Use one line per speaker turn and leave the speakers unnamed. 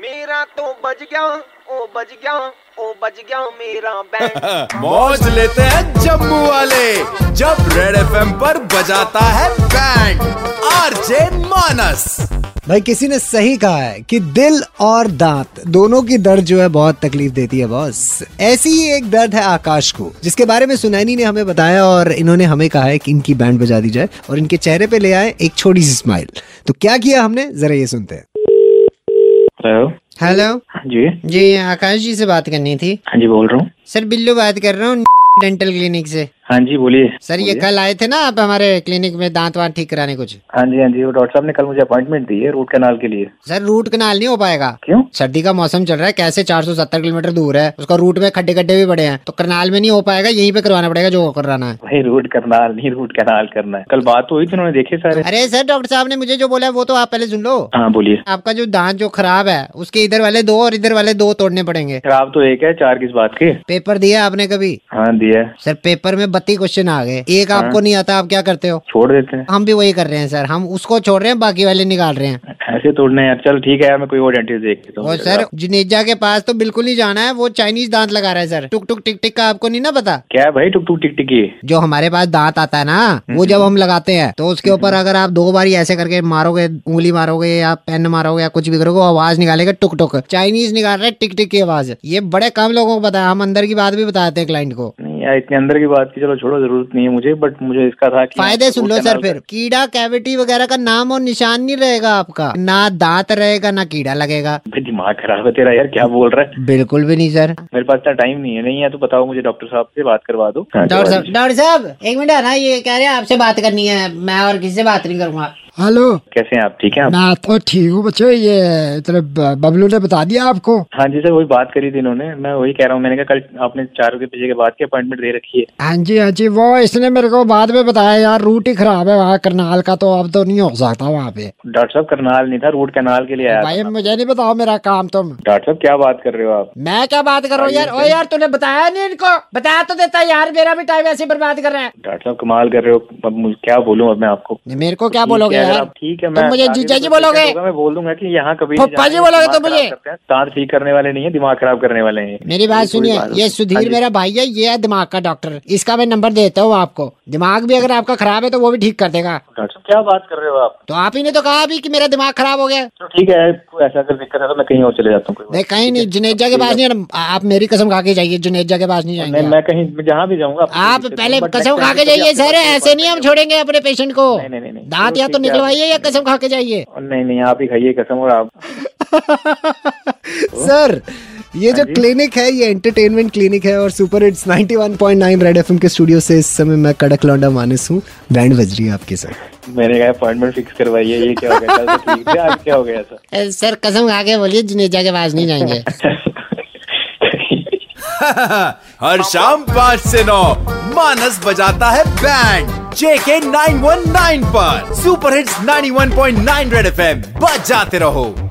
मेरा तो बज गया ओ बज गया ओ बज गया मेरा बैंड
मौज लेते हैं जम्मू वाले जब रेड एफएम पर बजाता है बैंड आरजे मानस
भाई किसी ने सही कहा है कि दिल और दांत दोनों की दर्द जो है बहुत तकलीफ देती है बॉस ऐसी ही एक दर्द है आकाश को जिसके बारे में सुनैनी ने हमें बताया और इन्होंने हमें कहा है कि इनकी बैंड बजा दी जाए और इनके चेहरे पे ले आए एक छोटी सी स्माइल तो क्या किया हमने जरा ये सुनते हैं
हेलो
हेलो
हाँ जी
जी आकाश जी से बात करनी थी
हाँ जी बोल रहा हूँ
सर बिल्लू बात कर रहा हूँ डेंटल क्लिनिक से
हाँ जी बोलिए
सर ये
बोलिए।
कल आए थे ना आप हमारे क्लिनिक में दांत वांत ठीक कराने कुछ
हाँ जी हाँ जी वो डॉक्टर साहब ने कल मुझे अपॉइंटमेंट दी है रूट कैनाल के लिए
सर रूट कनाल नहीं हो पाएगा
क्यों
सर्दी का मौसम चल रहा है कैसे 470 किलोमीटर दूर है उसका रूट में खड्डे खड्डे भी पड़े हैं तो करनाल में नहीं हो पाएगा यहीं पे करवाना पड़ेगा जो कराना है
वही रूट करनाल नहीं रूट कैनाल करना है कल बात हुई थी उन्होंने देखे सारे
अरे सर डॉक्टर साहब ने मुझे जो बोला है वो तो आप पहले सुन लो
हाँ बोलिए
आपका जो दांत जो खराब है उसके इधर वाले दो और इधर वाले दो तोड़ने पड़ेंगे
खराब तो एक है चार किस बात के
पेपर दिया आपने कभी
हाँ दिया है।
सर पेपर में बत्ती क्वेश्चन आ गए एक आपको नहीं आता आप क्या करते हो
छोड़ देते हैं
हम भी वही कर रहे हैं सर हम उसको छोड़ रहे हैं बाकी वाले निकाल रहे हैं
ऐसे तोड़ने हैं यार चल ठीक है यार मैं कोई और डेंटिस्ट देख लेता हूँ
और सर जुनेजा के पास तो बिल्कुल नहीं जाना है वो चाइनीज दांत लगा रहा है सर टुक टुक टिक टिक का आपको नहीं ना पता
क्या है भाई टुक टुक टिक टिकी
जो हमारे पास दांत आता है ना वो जब हम लगाते हैं तो उसके ऊपर अगर आप दो बार ही ऐसे करके मारोगे उंगली मारोगे या पेन मारोगे या कुछ भी करोगे वो आवाज निकालेगा टुक टुक चाइनीज निकाल रहे टिक टिक की आवाज ये बड़े कम लोगों को पता है हम अंदर की बात भी बताते हैं क्लाइंट को
नहीं यार इतने अंदर की बात की चलो छोड़ो जरूरत नहीं है मुझे बट मुझे इसका था कि
फायदे सुन लो
root
सर
canal
फिर कीड़ा कैविटी वगैरह का नाम और निशान नहीं रहेगा आपका ना दांत रहेगा ना कीड़ा लगेगा
का- भाई दिमाग खराब है तेरा यार क्या बोल रहा है
बिल्कुल भी नहीं सर
मेरे पास इतना टाइम नहीं है नहीं है तो बताओ मुझे डॉक्टर साहब से बात करवा दो हाँ,
डॉक्टर
करवा
साहब डॉक्टर साहब एक मिनट आना ये कह रहे हैं आपसे बात करनी है मैं और किसी से बात नहीं करूंगा
हेलो
दीजिए। कैसे हैं आप ठीक है आप
मैं तो ठीक हूँ बच्चों ये मतलब बबलू ने बता दिया आपको
हाँ जी सर वही बात करी थी इन्होंने मैं वही कह रहा हूँ मैंने कहा कल आपने चार के बजे के बाद की अपॉइंटमेंट दे रखी है
हाँ जी हाँ जी वो इसने मेरे को बाद में बताया यार रूट ही खराब है वहाँ करनाल का तो अब तो नहीं हो सकता वहाँ पे
डॉक्टर साहब करनाल नहीं था रूट कैनाल के लिए आया था।
भाई मुझे नहीं बताओ मेरा काम तुम
डॉक्टर साहब क्या बात कर रहे हो आप
मैं क्या बात कर रहा हूँ यार
तो-
ओ यार तूने बताया नहीं इनको बताया तो देता यार मेरा भी टाइम ऐसे ही बर्बाद कर रहा है
डॉक्टर साहब कमाल कर रहे हो अब मुझे- क्या बोलूँ अब मैं आपको
मेरे को क्या
तो ठीक
बोलोगे
है, अगर
यार
आप ठीक है
तुम
मैं
मुझे
आगे
जीजा जी
तो
बोलोगे?
ठीक होगा, मैं बोल दूंगा कि यहाँ कभी नहीं
पप्पा जी
जाना,
बोलोगे तो
दिमाग
मुझे?
खराब करते हैं, दांत ठीक करने वाले नहीं है दिमाग खराब करने वाले हैं
मेरी बात
कोई
सुनिए
बात-
ये
हाँ
सुधीर
जी।
मेरा भाई है ये है दिमाग का डॉक्टर इसका मैं नंबर देता हूँ आपको दिमाग भी अगर आपका खराब है तो वो भी ठीक कर देगा
डॉक्टर साहब क्या बात कर रहे हो आप
तो आप ही ने तो कहा अभी कि मेरा दिमाग खराब हो गया है।
तो ठीक है कोई ऐसा अगर दिक्कत है तो मैं कहीं और चले जाता हूँ कोई बात
नहीं कहीं नहीं जुनेजा के पास नहीं जाना। आप मेरी कसम खा के जाइए जुनेजा के पास नहीं
नहीं
जाएंगे
मैं कहीं मैं जहाँ भी जाऊँगा आपको कोई
आप
दिक्कत
पहले
नहीं, but
कसम
next
खा
time तो
के
कभी
जाइए
आपके
सर
पास कोई
ऐसे नहीं हम छोड़ेंगे अपने पेशेंट को
नहीं, नहीं, नहीं, नहीं।
दांत
चलो
या तो
ठीक है,
निकलवाइए या
आप-
कसम खा के जाइए
नहीं नहीं आप ही खाइए कसम और आप
सर ये
हाँ
जो क्लिनिक है ये एंटरटेनमेंट क्लिनिक है और सुपर हिट्स 91.9 रेड एफएम के स्टूडियो से इस समय मैं कड़क लौंडा मानस हूँ बैंड बज रही है आपके साथ
मैंने कहा अपॉइंटमेंट फिक्स करवाइए ये क्या हो गया कल तो ठीक है आज क्या हो गया था
ए, सर कसम खा के बोलिए जुनेजा के पास नहीं जाएंगे
हाँ, हर शाम पाँच से नौ मानस बजाता है बैंड जेके 919 पर सुपर हिट्स 91.9 रेड एफएम बजाते रहो